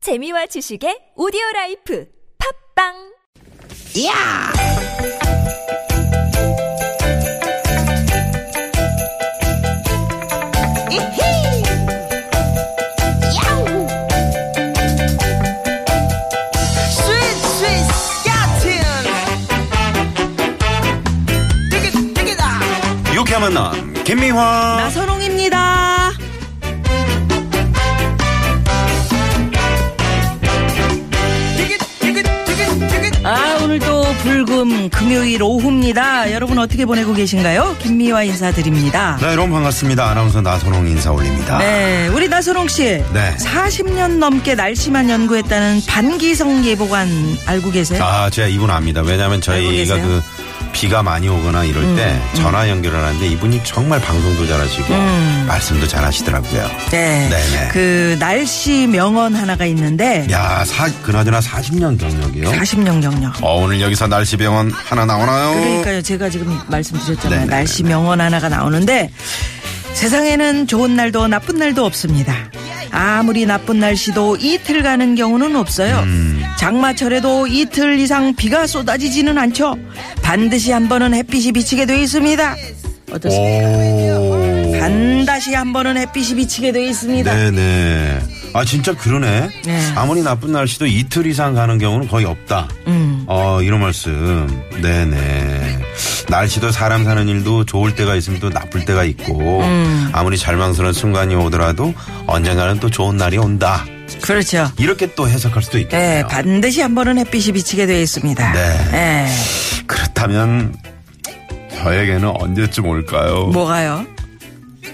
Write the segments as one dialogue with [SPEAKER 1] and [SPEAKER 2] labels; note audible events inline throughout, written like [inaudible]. [SPEAKER 1] 재미와 지식의 오디오 라이프 팝빵!
[SPEAKER 2] 야! 이히! 야우! 스윗, 스윗, 야틴! 되게, 되게다!
[SPEAKER 3] 유쾌한 만남 김미화
[SPEAKER 2] 나선홍입니다. 되게, 되게, 되게, 되게.
[SPEAKER 4] 아, 오늘도 불금 금요일 오후입니다. 여러분 어떻게 보내고 계신가요? 김미화 인사드립니다.
[SPEAKER 3] 네 여러분 반갑습니다 아나운서 나선홍 인사 올립니다
[SPEAKER 4] 네, 우리 나선홍 씨.
[SPEAKER 3] 아. 네.
[SPEAKER 4] 40년 넘게 날씨만 연구했다는 반기성 예보관 알고 계세요?
[SPEAKER 3] 아 제가 이분 압니다 왜냐하면
[SPEAKER 4] 알고
[SPEAKER 3] 저희가
[SPEAKER 4] 계세요? 음,
[SPEAKER 3] 그 비가 많이 오거나 이럴 때 전화 연결을 하는데 이분이 정말 방송도 잘하시고 말씀도 잘하시더라고요
[SPEAKER 4] 음. 네.
[SPEAKER 3] 네네.
[SPEAKER 4] 그 날씨 명언 하나가 있는데
[SPEAKER 3] 야 사, 그나저나 40년 경력이요
[SPEAKER 4] 40년 경력.
[SPEAKER 3] 어 오늘 여기서 날씨병원 하나 나오나요
[SPEAKER 4] 그러니까요. 제가 지금 말씀드렸잖아요.
[SPEAKER 3] 네네네네.
[SPEAKER 4] 날씨 명언 하나가 나오는데 세상에는 좋은 날도 나쁜 날도 없습니다. 아무리 나쁜 날씨도 이틀 가는 경우는 없어요.
[SPEAKER 3] 음.
[SPEAKER 4] 장마철에도 이틀 이상 비가 쏟아지지는 않죠. 반드시 한 번은 햇빛이 비치게 돼 있습니다. 어떠세요?
[SPEAKER 3] 오
[SPEAKER 4] 반드시 한 번은 햇빛이 비치게 돼 있습니다.
[SPEAKER 3] 네네 아 진짜 그러네
[SPEAKER 4] 네.
[SPEAKER 3] 아무리 나쁜 날씨도 이틀 이상 가는 경우는 거의 없다
[SPEAKER 4] 음.
[SPEAKER 3] 어, 이런 말씀. 네네. 날씨도 사람 사는 일도 좋을 때가 있으면 또 나쁠 때가 있고
[SPEAKER 4] 음.
[SPEAKER 3] 아무리 절망스러운 순간이 오더라도 언젠가는 또 좋은 날이 온다.
[SPEAKER 4] 그렇죠.
[SPEAKER 3] 이렇게 또 해석할 수도
[SPEAKER 4] 네,
[SPEAKER 3] 있겠네요.
[SPEAKER 4] 반드시 한 번은 햇빛이 비치게 돼 있습니다.
[SPEAKER 3] 네.
[SPEAKER 4] 네.
[SPEAKER 3] 그렇다면 저에게는 언제쯤 올까요?
[SPEAKER 4] 뭐가요?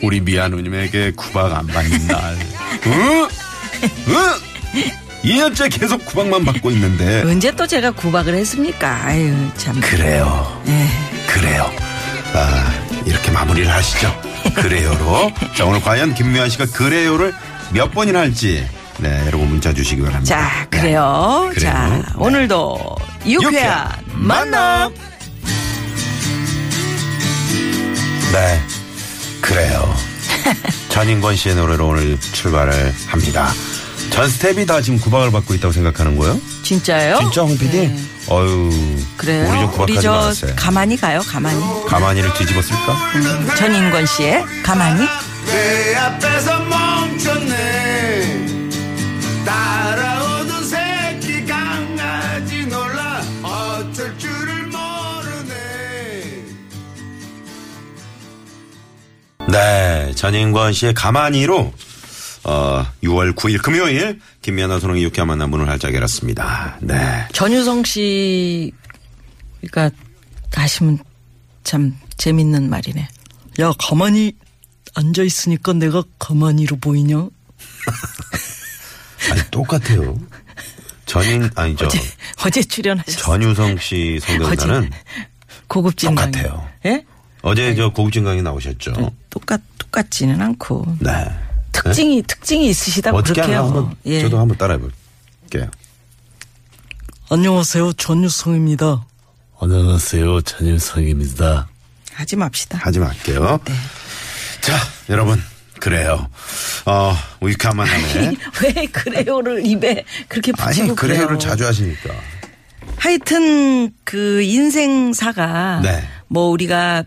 [SPEAKER 3] 우리 미아누님에게 구박 안 받는
[SPEAKER 4] [laughs]
[SPEAKER 3] 날. 응? 응? 2년째 계속 구박만 받고 있는데.
[SPEAKER 4] 언제 또 제가 구박을 했습니까? 아유, 참.
[SPEAKER 3] 그래요.
[SPEAKER 4] 네.
[SPEAKER 3] 그래요. 아, 이렇게 마무리를 하시죠.
[SPEAKER 4] [laughs]
[SPEAKER 3] 그래요로. 자, 오늘 과연 김미아 씨가 그래요를 몇 번이나 할지. 네, 여러분 문자 주시기 바랍니다.
[SPEAKER 4] 자, 그래요.
[SPEAKER 3] 네, 그래요.
[SPEAKER 4] 자,
[SPEAKER 3] 네.
[SPEAKER 4] 오늘도 유쾌한 만남.
[SPEAKER 3] 네,
[SPEAKER 4] [laughs]
[SPEAKER 3] 그래요. 전인권 씨의 노래로 오늘 출발을 합니다. 전 스텝이 다 지금 구박을 받고 있다고 생각하는 거예요?
[SPEAKER 4] 진짜요?
[SPEAKER 3] 진짜 홍 PD? 어유
[SPEAKER 4] 어? 네. 그래요.
[SPEAKER 3] 우리 좀 구박하지
[SPEAKER 4] 우리 저
[SPEAKER 3] 말았어요.
[SPEAKER 4] 가만히 네. 가요, 가만히.
[SPEAKER 3] 가만히를 뒤집었을까?
[SPEAKER 4] 전인권 씨의 가만히.
[SPEAKER 5] 내 앞에서 멈췄네 따라오는 새끼 강아지 놀라 어쩔 줄을 모르네
[SPEAKER 3] 네, 전인권 씨의 가만히로 어, 6월 9일 금요일 김미아나 소롱이 유쾌한 만남 문을 활짝 열었습니다. 네.
[SPEAKER 4] 전유성 씨가 하시면 참 재밌는 말이네. 야, 가만히 앉아있으니까 내가 가만히로 보이냐?
[SPEAKER 3] 어. 아니 똑같아요. 전인 아니 저
[SPEAKER 4] 어제 출연하셨어요.
[SPEAKER 3] 전유성 씨 성대모사는
[SPEAKER 4] 고급진 강의.
[SPEAKER 3] 똑같아요.
[SPEAKER 4] 예?
[SPEAKER 3] 어제 네. 저 고급진 강의 나오셨죠.
[SPEAKER 4] 똑같, 똑같지는 않고.
[SPEAKER 3] 네.
[SPEAKER 4] 특징이, 특징이 있으시다고
[SPEAKER 3] 어떻게
[SPEAKER 4] 아, 그렇게
[SPEAKER 3] 하나
[SPEAKER 4] 해요.
[SPEAKER 3] 한번
[SPEAKER 4] 예.
[SPEAKER 3] 저도 한번 따라해 볼게요.
[SPEAKER 4] 안녕하세요. 전유성입니다.
[SPEAKER 5] 안녕하세요 전일성입니다
[SPEAKER 4] 하지 맙시다.
[SPEAKER 3] 하지 말게요.
[SPEAKER 4] 네.
[SPEAKER 3] 자, 여러분 그래요. 어, 유쾌한 만남에
[SPEAKER 4] [laughs] 왜 그래요를 입에 그렇게
[SPEAKER 3] 아니
[SPEAKER 4] 붙이고
[SPEAKER 3] 그래요를
[SPEAKER 4] 그래요.
[SPEAKER 3] 자주 하시니까.
[SPEAKER 4] 하여튼 그 인생사가
[SPEAKER 3] 네.
[SPEAKER 4] 뭐 우리가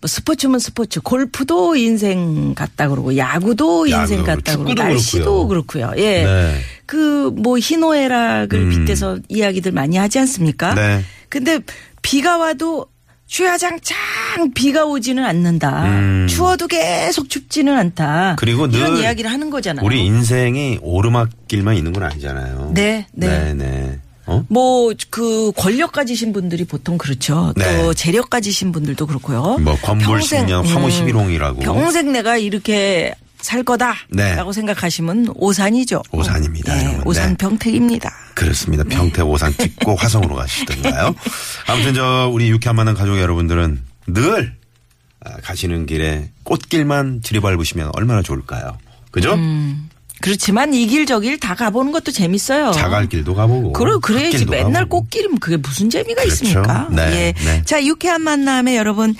[SPEAKER 4] 뭐 스포츠면 스포츠, 골프도 인생 같다 그러고 야구도 인생
[SPEAKER 3] 야구도
[SPEAKER 4] 같다
[SPEAKER 3] 그렇고
[SPEAKER 4] 그러고
[SPEAKER 3] 축구도
[SPEAKER 4] 날씨도
[SPEAKER 3] 그렇고요.
[SPEAKER 4] 그렇고요. 예.
[SPEAKER 3] 네. 음.
[SPEAKER 4] 그 뭐 희노애락을 빗대서 이야기들 많이 하지 않습니까?
[SPEAKER 3] 네.
[SPEAKER 4] 근데 비가 와도 주야장창 비가 오지는 않는다.
[SPEAKER 3] 음.
[SPEAKER 4] 추워도 계속 춥지는 않다.
[SPEAKER 3] 그리고
[SPEAKER 4] 이런
[SPEAKER 3] 늘
[SPEAKER 4] 이야기를 하는 거잖아요.
[SPEAKER 3] 우리 인생이 오르막길만 있는 건 아니잖아요.
[SPEAKER 4] 네, 네.
[SPEAKER 3] 네, 네. 어?
[SPEAKER 4] 뭐 그 권력 가지신 분들이 보통 그렇죠.
[SPEAKER 3] 네.
[SPEAKER 4] 또 재력 가지신 분들도 그렇고요.
[SPEAKER 3] 뭐 건물
[SPEAKER 4] 평생,
[SPEAKER 3] 십년 화무
[SPEAKER 4] 음,
[SPEAKER 3] 십일홍이라고.
[SPEAKER 4] 평생 내가 이렇게 살 거다라고
[SPEAKER 3] 네.
[SPEAKER 4] 생각하시면 오산이죠.
[SPEAKER 3] 오산입니다,
[SPEAKER 4] 네,
[SPEAKER 3] 여러분.
[SPEAKER 4] 오산
[SPEAKER 3] 네.
[SPEAKER 4] 병택입니다.
[SPEAKER 3] 그렇습니다.
[SPEAKER 4] 네.
[SPEAKER 3] 평택 오산
[SPEAKER 4] [laughs]
[SPEAKER 3] 찍고 화성으로 가시던가요. 아무튼 저 우리 유쾌한 만한 가족 여러분들은 늘
[SPEAKER 4] 음.
[SPEAKER 3] 아, 가시는 길에 꽃길만 들이밟으시면 얼마나 좋을까요. 그죠?
[SPEAKER 4] 그렇지만 이 길 저 길 다 가보는 것도 재밌어요.
[SPEAKER 3] 자갈길도 가보고.
[SPEAKER 4] 그러 그래야지
[SPEAKER 3] 갓길도
[SPEAKER 4] 맨날
[SPEAKER 3] 가보고.
[SPEAKER 4] 꽃길이면 그게 무슨 재미가
[SPEAKER 3] 그렇죠.
[SPEAKER 4] 있습니까?
[SPEAKER 3] 네,
[SPEAKER 4] 예.
[SPEAKER 3] 네.
[SPEAKER 4] 자, 유쾌한 만남에 여러분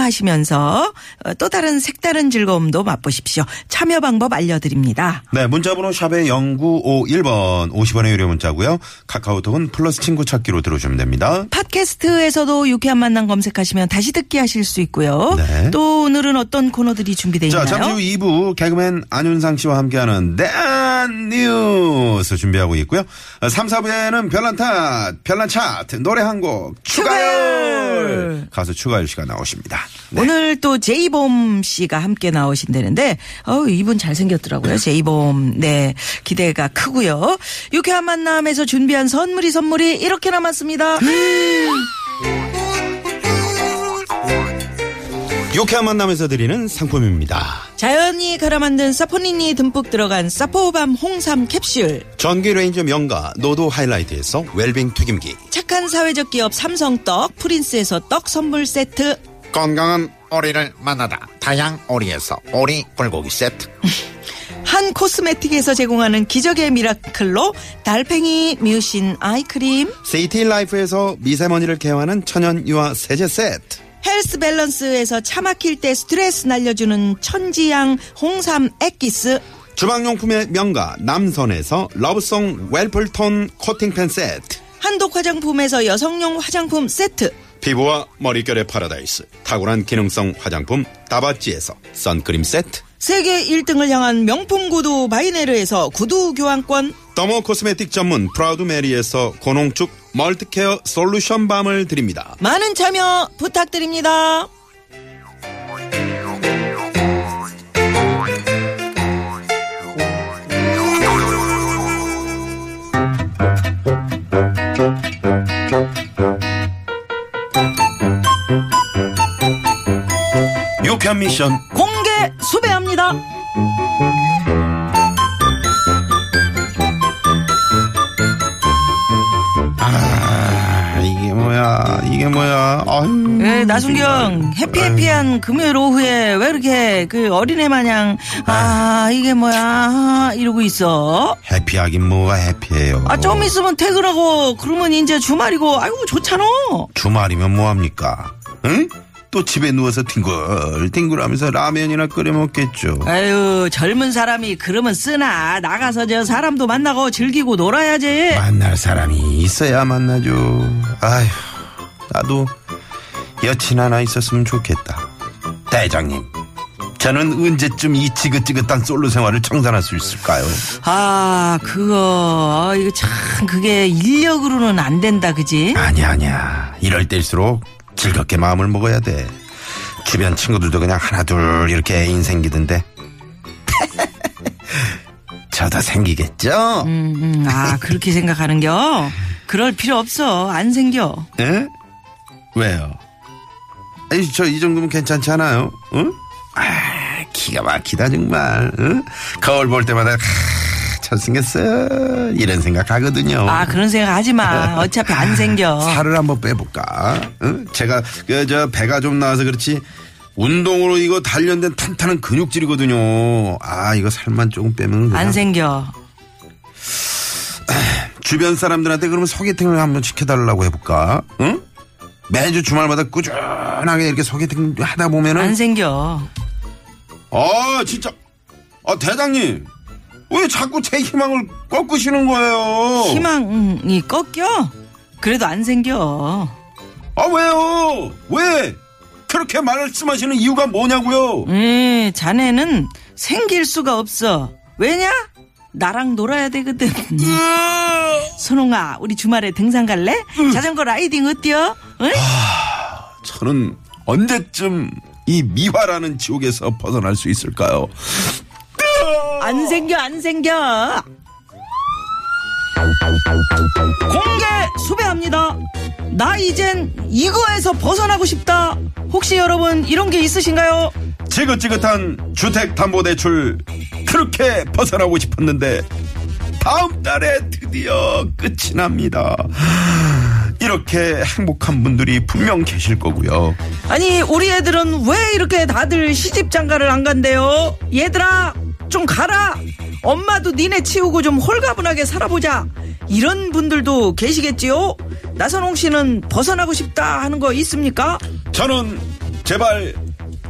[SPEAKER 4] 참여하시면서 어, 또 다른 색다른 즐거움도 맛보십시오. 참여 방법 알려드립니다.
[SPEAKER 3] 네, 문자번호 샵의 0951번 50원의 유료 문자고요. 카카오톡은 플러스 친구 찾기로 들어오시면 됩니다.
[SPEAKER 4] 팟캐스트에서도 유쾌한 만남 검색하시면 다시 듣기 하실 수 있고요.
[SPEAKER 3] 네.
[SPEAKER 4] 또 오늘은 어떤 코너들이 준비되어
[SPEAKER 3] 자,
[SPEAKER 4] 있나요?
[SPEAKER 3] 잠시 후 2부 개그맨 안윤상 씨와 함께하는 대한 뉴스 준비하고 있고요. 3, 4부에는 별난 탓, 별난 차트, 노래 한 곡 추가열!
[SPEAKER 4] 추가열!
[SPEAKER 3] 가수 추가열 씨가 나오십니다. 네.
[SPEAKER 4] 오늘 또 제이범 씨가 함께 나오신다는데 어 이분 잘생겼더라고요. 제이범. 네. 기대가 크고요. 유쾌한 만남에서 준비한 선물이 선물이 이렇게 남았습니다.
[SPEAKER 3] 유쾌한 만남에서 드리는 상품입니다.
[SPEAKER 4] 자연이 갈아 만든 사포닌이 듬뿍 들어간 사포밤 홍삼 캡슐.
[SPEAKER 3] 전기 레인저 명가 노도 하이라이트에서 웰빙 튀김기.
[SPEAKER 4] 착한 사회적 기업 삼성떡 프린스에서 떡 선물 세트.
[SPEAKER 6] 건강한 오리를 만나다 다양 오리에서 오리 불고기 세트
[SPEAKER 4] 한 코스메틱에서 제공하는 기적의 미라클로 달팽이 뮤신 아이크림
[SPEAKER 3] 세이티 라이프에서 미세먼지를 개화하는 천연 유화 세제 세트.
[SPEAKER 4] 헬스 밸런스에서 차 막힐 때 스트레스 날려주는 천지향 홍삼 액기스
[SPEAKER 3] 주방용품의 명가 남선에서 러브송 웰플톤 코팅팬 세트.
[SPEAKER 4] 한독 화장품에서 여성용 화장품 세트
[SPEAKER 3] 피부와 머릿결의 파라다이스 탁월한 기능성 화장품 다바찌에서 선크림 세트
[SPEAKER 4] 세계 1등을 향한 명품 구두 바이네르에서 구두 교환권
[SPEAKER 3] 더모 코스메틱 전문 프라우드 메리에서 고농축 멀티케어 솔루션 밤을 드립니다
[SPEAKER 4] 많은 참여 부탁드립니다.
[SPEAKER 3] 유쾌한 미션
[SPEAKER 4] 공개 수배합니다.
[SPEAKER 3] 아 이게 뭐야 이게 뭐야 아유
[SPEAKER 4] 예, 나순경 해피해피한 금요일 오후에 왜 이렇게 그 어린애 마냥 아 이게 뭐야 아, 이러고 있어?
[SPEAKER 3] 해피하긴 뭐가 해피해요
[SPEAKER 4] 아 좀 있으면 퇴근하고 그러면 이제 주말이고 아이고 좋잖아.
[SPEAKER 3] 주말이면 뭐합니까 응? 또 집에 누워서 뒹굴뒹굴 하면서 라면이나 끓여 먹겠죠
[SPEAKER 4] 네. 아유 젊은 사람이 그러면 쓰나 나가서 저 사람도 만나고 즐기고 놀아야지.
[SPEAKER 3] 만날 사람이 있어야 만나죠. 아휴, 나도 여친 하나 있었으면 좋겠다. 대장님, 저는 언제쯤 이 지긋지긋한 솔로 생활을 청산할 수 있을까요?
[SPEAKER 4] 아 그거 아, 이거 참 그게 인력으로는 안 된다 그지?
[SPEAKER 3] 아니야, 아니야. 이럴 때일수록 즐겁게 마음을 먹어야 돼. 주변 친구들도 그냥 하나둘 이렇게 애인 생기던데. [laughs] 저도 생기겠죠?
[SPEAKER 4] 음, 음, 아 그렇게 생각하는겨? 그럴 필요 없어 안 생겨.
[SPEAKER 3] 예? 왜요? 아니, 저 이 정도면 괜찮지 않아요? 응? 아, 기가 막히다, 정말. 응? 거울 볼 때마다, 하, 잘생겼어. 이런 생각 하거든요.
[SPEAKER 4] 아 그런 생각 하지 마. 어차피 안 생겨.
[SPEAKER 3] 살을 한번 빼볼까? 응? 제가, 그, 저, 배가 좀 나와서 그렇지. 운동으로 이거 단련된 탄탄한 근육질이거든요. 아, 이거 살만 조금 빼면. 그냥
[SPEAKER 4] 안 생겨.
[SPEAKER 3] 주변 사람들한테 그러면 소개팅을 한번 시켜달라고 해볼까? 응? 매주 주말마다 꾸준하게 이렇게 소개팅 하다 보면은
[SPEAKER 4] 안 생겨.
[SPEAKER 3] 아 진짜 아 대장님 왜 자꾸 제 희망을 꺾으시는 거예요?
[SPEAKER 4] 희망이 꺾여? 그래도 안 생겨.
[SPEAKER 3] 아 왜요? 왜 그렇게 말씀하시는 이유가 뭐냐고요?
[SPEAKER 4] 음, 자네는 생길 수가 없어. 왜냐? 나랑 놀아야 되거든. 선홍아, 우리 주말에 등산 갈래? 자전거 라이딩 어때요? 응?
[SPEAKER 3] 저는 언제쯤 이 미화라는 지옥에서 벗어날 수 있을까요?
[SPEAKER 4] 안 생겨, 안 생겨. 공개 수배합니다. 나 이젠 이거에서 벗어나고 싶다. 혹시 여러분 이런 게 있으신가요?
[SPEAKER 3] 지긋지긋한 주택담보대출 그렇게 벗어나고 싶었는데 다음 달에 드디어 끝이 납니다. 이렇게 행복한 분들이 분명 계실 거고요.
[SPEAKER 4] 아니 우리 애들은 왜 이렇게 다들 시집 장가를 안 간대요? 얘들아 좀 가라. 엄마도 니네 치우고 좀 홀가분하게 살아보자. 이런 분들도 계시겠지요? 나선홍 씨는 벗어나고 싶다 하는 거 있습니까?
[SPEAKER 3] 저는 제발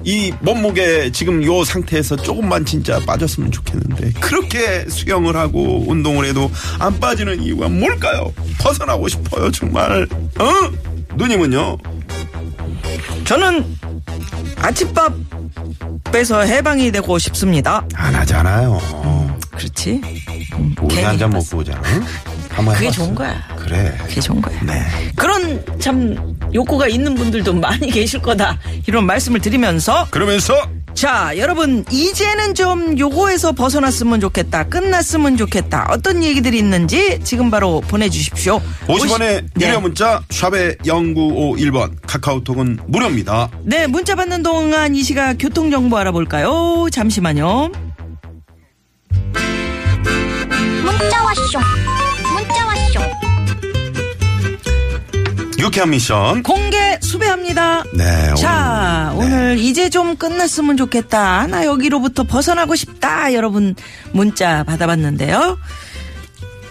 [SPEAKER 3] 이 몸무게 지금 요 상태에서 조금만 진짜 빠졌으면 좋겠는데 그렇게 수영을 하고 운동을 해도 안 빠지는 이유가 뭘까요? 벗어나고 싶어요 정말. 어? 누님은요?
[SPEAKER 4] 저는 아침밥 빼서 해방이 되고 싶습니다.
[SPEAKER 3] 안 하잖아요.
[SPEAKER 4] 그렇지.
[SPEAKER 3] 우리
[SPEAKER 4] 괜히
[SPEAKER 3] 한잔 먹고 오잖아. 한번
[SPEAKER 4] 그게
[SPEAKER 3] 해봤어.
[SPEAKER 4] 좋은 거야.
[SPEAKER 3] 그래.
[SPEAKER 4] 그게 좋은 거야.
[SPEAKER 3] 네.
[SPEAKER 4] 그런 참 욕구가 있는 분들도 많이 계실 거다. 이런 말씀을 드리면서
[SPEAKER 3] 그러면서
[SPEAKER 4] 자, 여러분, 이제는 좀 요거에서 벗어났으면 좋겠다. 끝났으면 좋겠다. 어떤 얘기들이 있는지 지금 바로 보내주십시오.
[SPEAKER 3] 50원의
[SPEAKER 4] 오십-
[SPEAKER 3] 유료
[SPEAKER 4] 네.
[SPEAKER 3] 문자 샵의 0951번 카카오톡은 무료입니다.
[SPEAKER 4] 네, 문자 받는 동안 이 시각 교통정보 알아볼까요? 잠시만요.
[SPEAKER 7] 문자 왔쇼 문자 왔쇼
[SPEAKER 3] 유쾌한 미션.
[SPEAKER 4] 공개 수배합니다.
[SPEAKER 3] 네.
[SPEAKER 4] 자,
[SPEAKER 3] 네.
[SPEAKER 4] 오늘 이제 좀 끝났으면 좋겠다. 나 여기로부터 벗어나고 싶다. 여러분, 문자 받아봤는데요.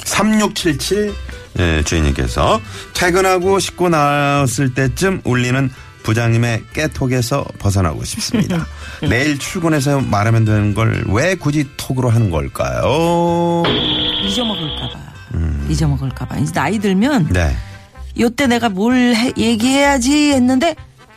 [SPEAKER 3] 3677 예, 주인님께서 퇴근하고 씻고 나왔을 때쯤 울리는 부장님의 깨톡에서 벗어나고
[SPEAKER 4] [laughs]
[SPEAKER 3] 싶습니다. 내일 출근해서 말하면 되는 걸 왜 굳이 톡으로 하는 걸까요?
[SPEAKER 4] 잊어먹을까봐.
[SPEAKER 3] 음.
[SPEAKER 4] 잊어먹을까봐. 이제 나이 들면
[SPEAKER 3] 네.
[SPEAKER 4] 요때 내가 뭘 해- 얘기해야지 했는데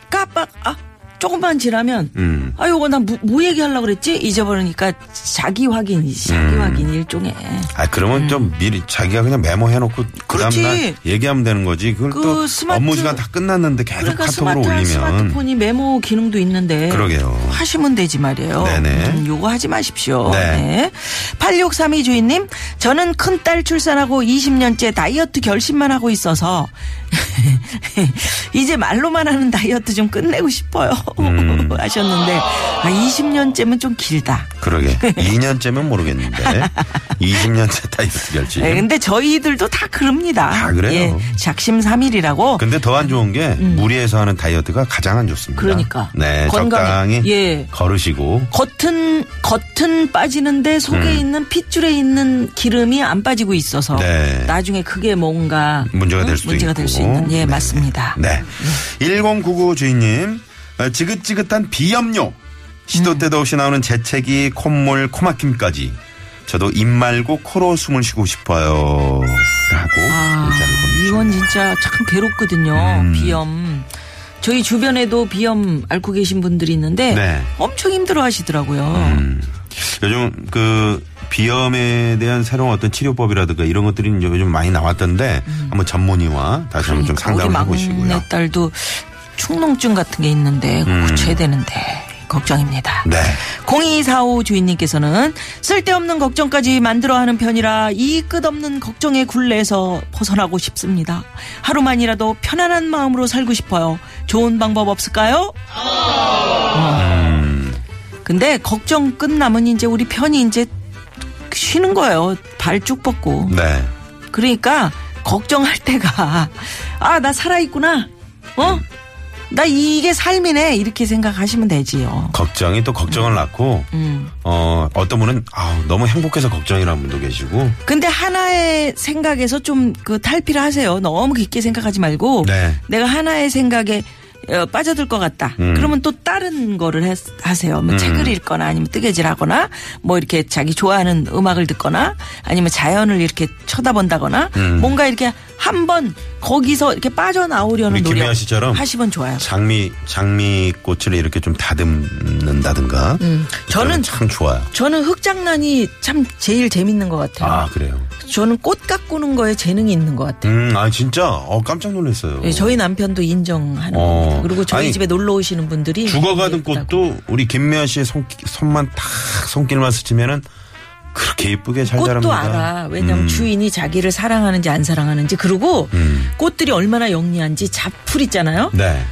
[SPEAKER 4] 깜빡 아 조금만 지나면
[SPEAKER 3] 음.
[SPEAKER 4] 아 요거 나 뭐 얘기하려고 그랬지 잊어버리니까 자기 확인 자기
[SPEAKER 3] 음.
[SPEAKER 4] 확인 일종의
[SPEAKER 3] 아 그러면 좀 미리 자기가 그냥 메모해놓고 그다음
[SPEAKER 4] 음. 그렇지.
[SPEAKER 3] 날 얘기하면 되는 거지. 그걸
[SPEAKER 4] 그
[SPEAKER 3] 또
[SPEAKER 4] 스마트-
[SPEAKER 3] 업무 시간 다 끝났는데 계속
[SPEAKER 4] 그러니까
[SPEAKER 3] 카톡으로
[SPEAKER 4] 스마트한
[SPEAKER 3] 올리면 그렇죠.
[SPEAKER 4] 스마트폰이 메모 기능도 있는데
[SPEAKER 3] 그러게요.
[SPEAKER 4] 하시면 되지 말이에요. 음,
[SPEAKER 3] 네네.
[SPEAKER 4] 요거 하지 마십시오.
[SPEAKER 3] 네.
[SPEAKER 4] 8632 주인님, 저는 큰 딸 출산하고 20년째 다이어트 결심만 하고 있어서 [laughs] 이제 말로만 하는 다이어트 좀 끝내고 싶어요.
[SPEAKER 3] 음.
[SPEAKER 4] [laughs] 하셨는데 아 20년째면 좀 길다. [laughs]
[SPEAKER 3] 그러게
[SPEAKER 4] 네.
[SPEAKER 3] 2년째면 모르겠는데 20년째 [laughs] 다이어트 결심.
[SPEAKER 4] 예, 근데 저희들도 다 그럽니다. 예,
[SPEAKER 3] 다 그래요? 그-
[SPEAKER 4] 작심삼일이라고.
[SPEAKER 3] 근데 더 안 좋은 게 무리해서 하는 다이어트가 가장 안 좋습니다.
[SPEAKER 4] 음. 그러니까.
[SPEAKER 3] 네,
[SPEAKER 4] 건강에.
[SPEAKER 3] 적당히
[SPEAKER 4] 예.
[SPEAKER 3] 걸으시고
[SPEAKER 4] 겉은 겉은 빠지는데 속에 있는 핏줄에 있는 기름이 안 빠지고 있어서
[SPEAKER 3] 음. 네.
[SPEAKER 4] 나중에 그게 뭔가
[SPEAKER 3] 문제가 될 수도
[SPEAKER 4] 문제가
[SPEAKER 3] 있고.
[SPEAKER 4] 될 수 있는 예
[SPEAKER 3] 네.
[SPEAKER 4] 맞습니다.
[SPEAKER 3] 네.
[SPEAKER 4] 음.
[SPEAKER 3] 1099 주인님, 어, 지긋지긋한 비염료. 시도
[SPEAKER 4] 음.
[SPEAKER 3] 때도 없이 나오는 재채기, 콧물, 코막힘까지. 저도 입 말고 코로 숨을 쉬고 싶어요. 라고.
[SPEAKER 4] 아,
[SPEAKER 3] 문자를 보내주셨네요.
[SPEAKER 4] 이건 진짜 참 괴롭거든요.
[SPEAKER 3] 음.
[SPEAKER 4] 비염. 저희 주변에도 비염 앓고 계신 분들이 있는데
[SPEAKER 3] 네.
[SPEAKER 4] 엄청 힘들어 하시더라고요.
[SPEAKER 3] 음. 요즘 그 비염에 대한 새로운 어떤 치료법이라든가 이런 것들이 이제 요즘 많이 나왔던데
[SPEAKER 4] 음.
[SPEAKER 3] 한번 전문의와 다시 한번 좀
[SPEAKER 4] 그러니까.
[SPEAKER 3] 상담을 해보시고요. 음.
[SPEAKER 4] 막내 딸도 축농증 같은 게 있는데 그거 고쳐야 되는데 걱정입니다.
[SPEAKER 3] 네.
[SPEAKER 4] 0245 주인님께서는 쓸데없는 걱정까지 만들어 하는 편이라 이 끝없는 걱정의 굴레에서 벗어나고 싶습니다. 하루만이라도 편안한 마음으로 살고 싶어요. 좋은 방법 없을까요? 어. 근데 걱정 끝나면 이제 우리 편이 이제 쉬는 거예요. 발 쭉 뻗고.
[SPEAKER 3] 네.
[SPEAKER 4] 그러니까 걱정할 때가 [laughs] 아 나 살아 있구나. 어? 나 이게 삶이네 이렇게 생각하시면 되지요.
[SPEAKER 3] 걱정이 또 걱정을 낳고
[SPEAKER 4] 음.
[SPEAKER 3] 어, 어떤 분은 아우, 너무 행복해서 걱정이라는 분도 계시고
[SPEAKER 4] 근데 하나의 생각에서 좀 그 탈피를 하세요. 너무 깊게 생각하지 말고
[SPEAKER 3] 네.
[SPEAKER 4] 내가 하나의 생각에 어, 빠져들 것 같다.
[SPEAKER 3] 음.
[SPEAKER 4] 그러면 또 다른 거를 해- 하세요. 뭐 책을 읽거나 아니면 뜨개질하거나 뭐 이렇게 자기 좋아하는 음악을 듣거나 아니면 자연을 이렇게 쳐다본다거나
[SPEAKER 3] 음.
[SPEAKER 4] 뭔가 이렇게 한번 거기서 이렇게 빠져나오려는
[SPEAKER 3] 우리
[SPEAKER 4] 노력
[SPEAKER 3] 김혜아 씨처럼
[SPEAKER 4] 하시면 좋아요.
[SPEAKER 3] 장미 장미꽃을 이렇게 좀 다듬는다든가
[SPEAKER 4] 음. 저는
[SPEAKER 3] 참 좋아요.
[SPEAKER 4] 저는 흙장난이 참 제일 재밌는 것 같아요.
[SPEAKER 3] 아 그래요.
[SPEAKER 4] 저는 꽃 가꾸는 거에 재능이 있는 것 같아요.
[SPEAKER 3] 음, 아 진짜 어 깜짝 놀랐어요.
[SPEAKER 4] 예, 저희 남편도 인정하는
[SPEAKER 3] 어.
[SPEAKER 4] 겁니다. 그리고 저희
[SPEAKER 3] 아니,
[SPEAKER 4] 집에 놀러 오시는 분들이
[SPEAKER 3] 죽어가던
[SPEAKER 4] 예쁘다고.
[SPEAKER 3] 꽃도 우리 김미아 씨의 손, 손만 탁 손길만 스치면은 그렇게 예쁘게 잘 자랍니다.
[SPEAKER 4] 꽃도 알아. 왜냐면
[SPEAKER 3] 음,
[SPEAKER 4] 주인이 자기를 사랑하는지 안 사랑하는지 그리고
[SPEAKER 3] 음.
[SPEAKER 4] 꽃들이 얼마나 영리한지 잡풀 있잖아요.
[SPEAKER 3] 네.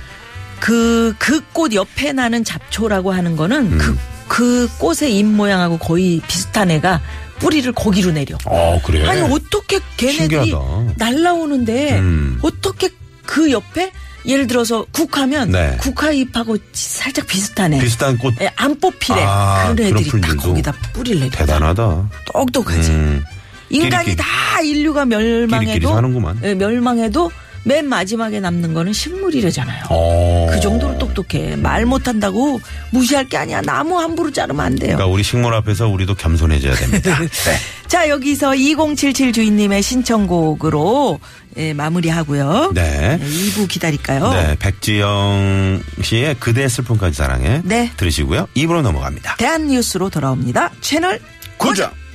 [SPEAKER 4] 그 그 꽃 옆에 나는 잡초라고 하는
[SPEAKER 3] 음.
[SPEAKER 4] 거는 그 그 꽃의 잎 모양하고 거의 비슷한 애가 뿌리를 거기로 내려.
[SPEAKER 3] 어 그래요.
[SPEAKER 4] 아니 어떻게 걔네들이
[SPEAKER 3] 신기하다.
[SPEAKER 4] 날라오는데
[SPEAKER 3] 음.
[SPEAKER 4] 어떻게 그 옆에 예를 들어서 국화면
[SPEAKER 3] 네.
[SPEAKER 4] 국화 잎하고 살짝 비슷하네.
[SPEAKER 3] 비슷한 꽃
[SPEAKER 4] 예, 안 뽑히래.
[SPEAKER 3] 아,
[SPEAKER 4] 그런 애들이
[SPEAKER 3] 그렇군요.
[SPEAKER 4] 다 거기다 뿌릴래.
[SPEAKER 3] 대단하다.
[SPEAKER 4] 똑똑하지.
[SPEAKER 3] 음.
[SPEAKER 4] 인간이
[SPEAKER 3] 끼리끼리.
[SPEAKER 4] 다 인류가 멸망해도
[SPEAKER 3] 끼리끼리 사는구만.
[SPEAKER 4] 예, 멸망해도 맨 마지막에 남는 거는 식물이래잖아요.
[SPEAKER 3] 어.
[SPEAKER 4] 그 정도로 똑똑해. 말 못한다고 무시할 게 아니야. 나무 함부로 자르면 안 돼요.
[SPEAKER 3] 그러니까 우리 식물 앞에서 우리도 겸손해져야
[SPEAKER 4] [laughs]
[SPEAKER 3] 됩니다.
[SPEAKER 4] 자, 여기서 2077 주인님의 신청곡으로 예, 마무리하고요. 예,
[SPEAKER 3] 네.
[SPEAKER 4] 2부 기다릴까요?
[SPEAKER 3] 네, 백지영 씨의 그대 슬픔까지 사랑해
[SPEAKER 4] 네.
[SPEAKER 3] 들으시고요. 입으로 넘어갑니다.
[SPEAKER 4] 대한 뉴스로 돌아옵니다. 채널
[SPEAKER 3] 고정.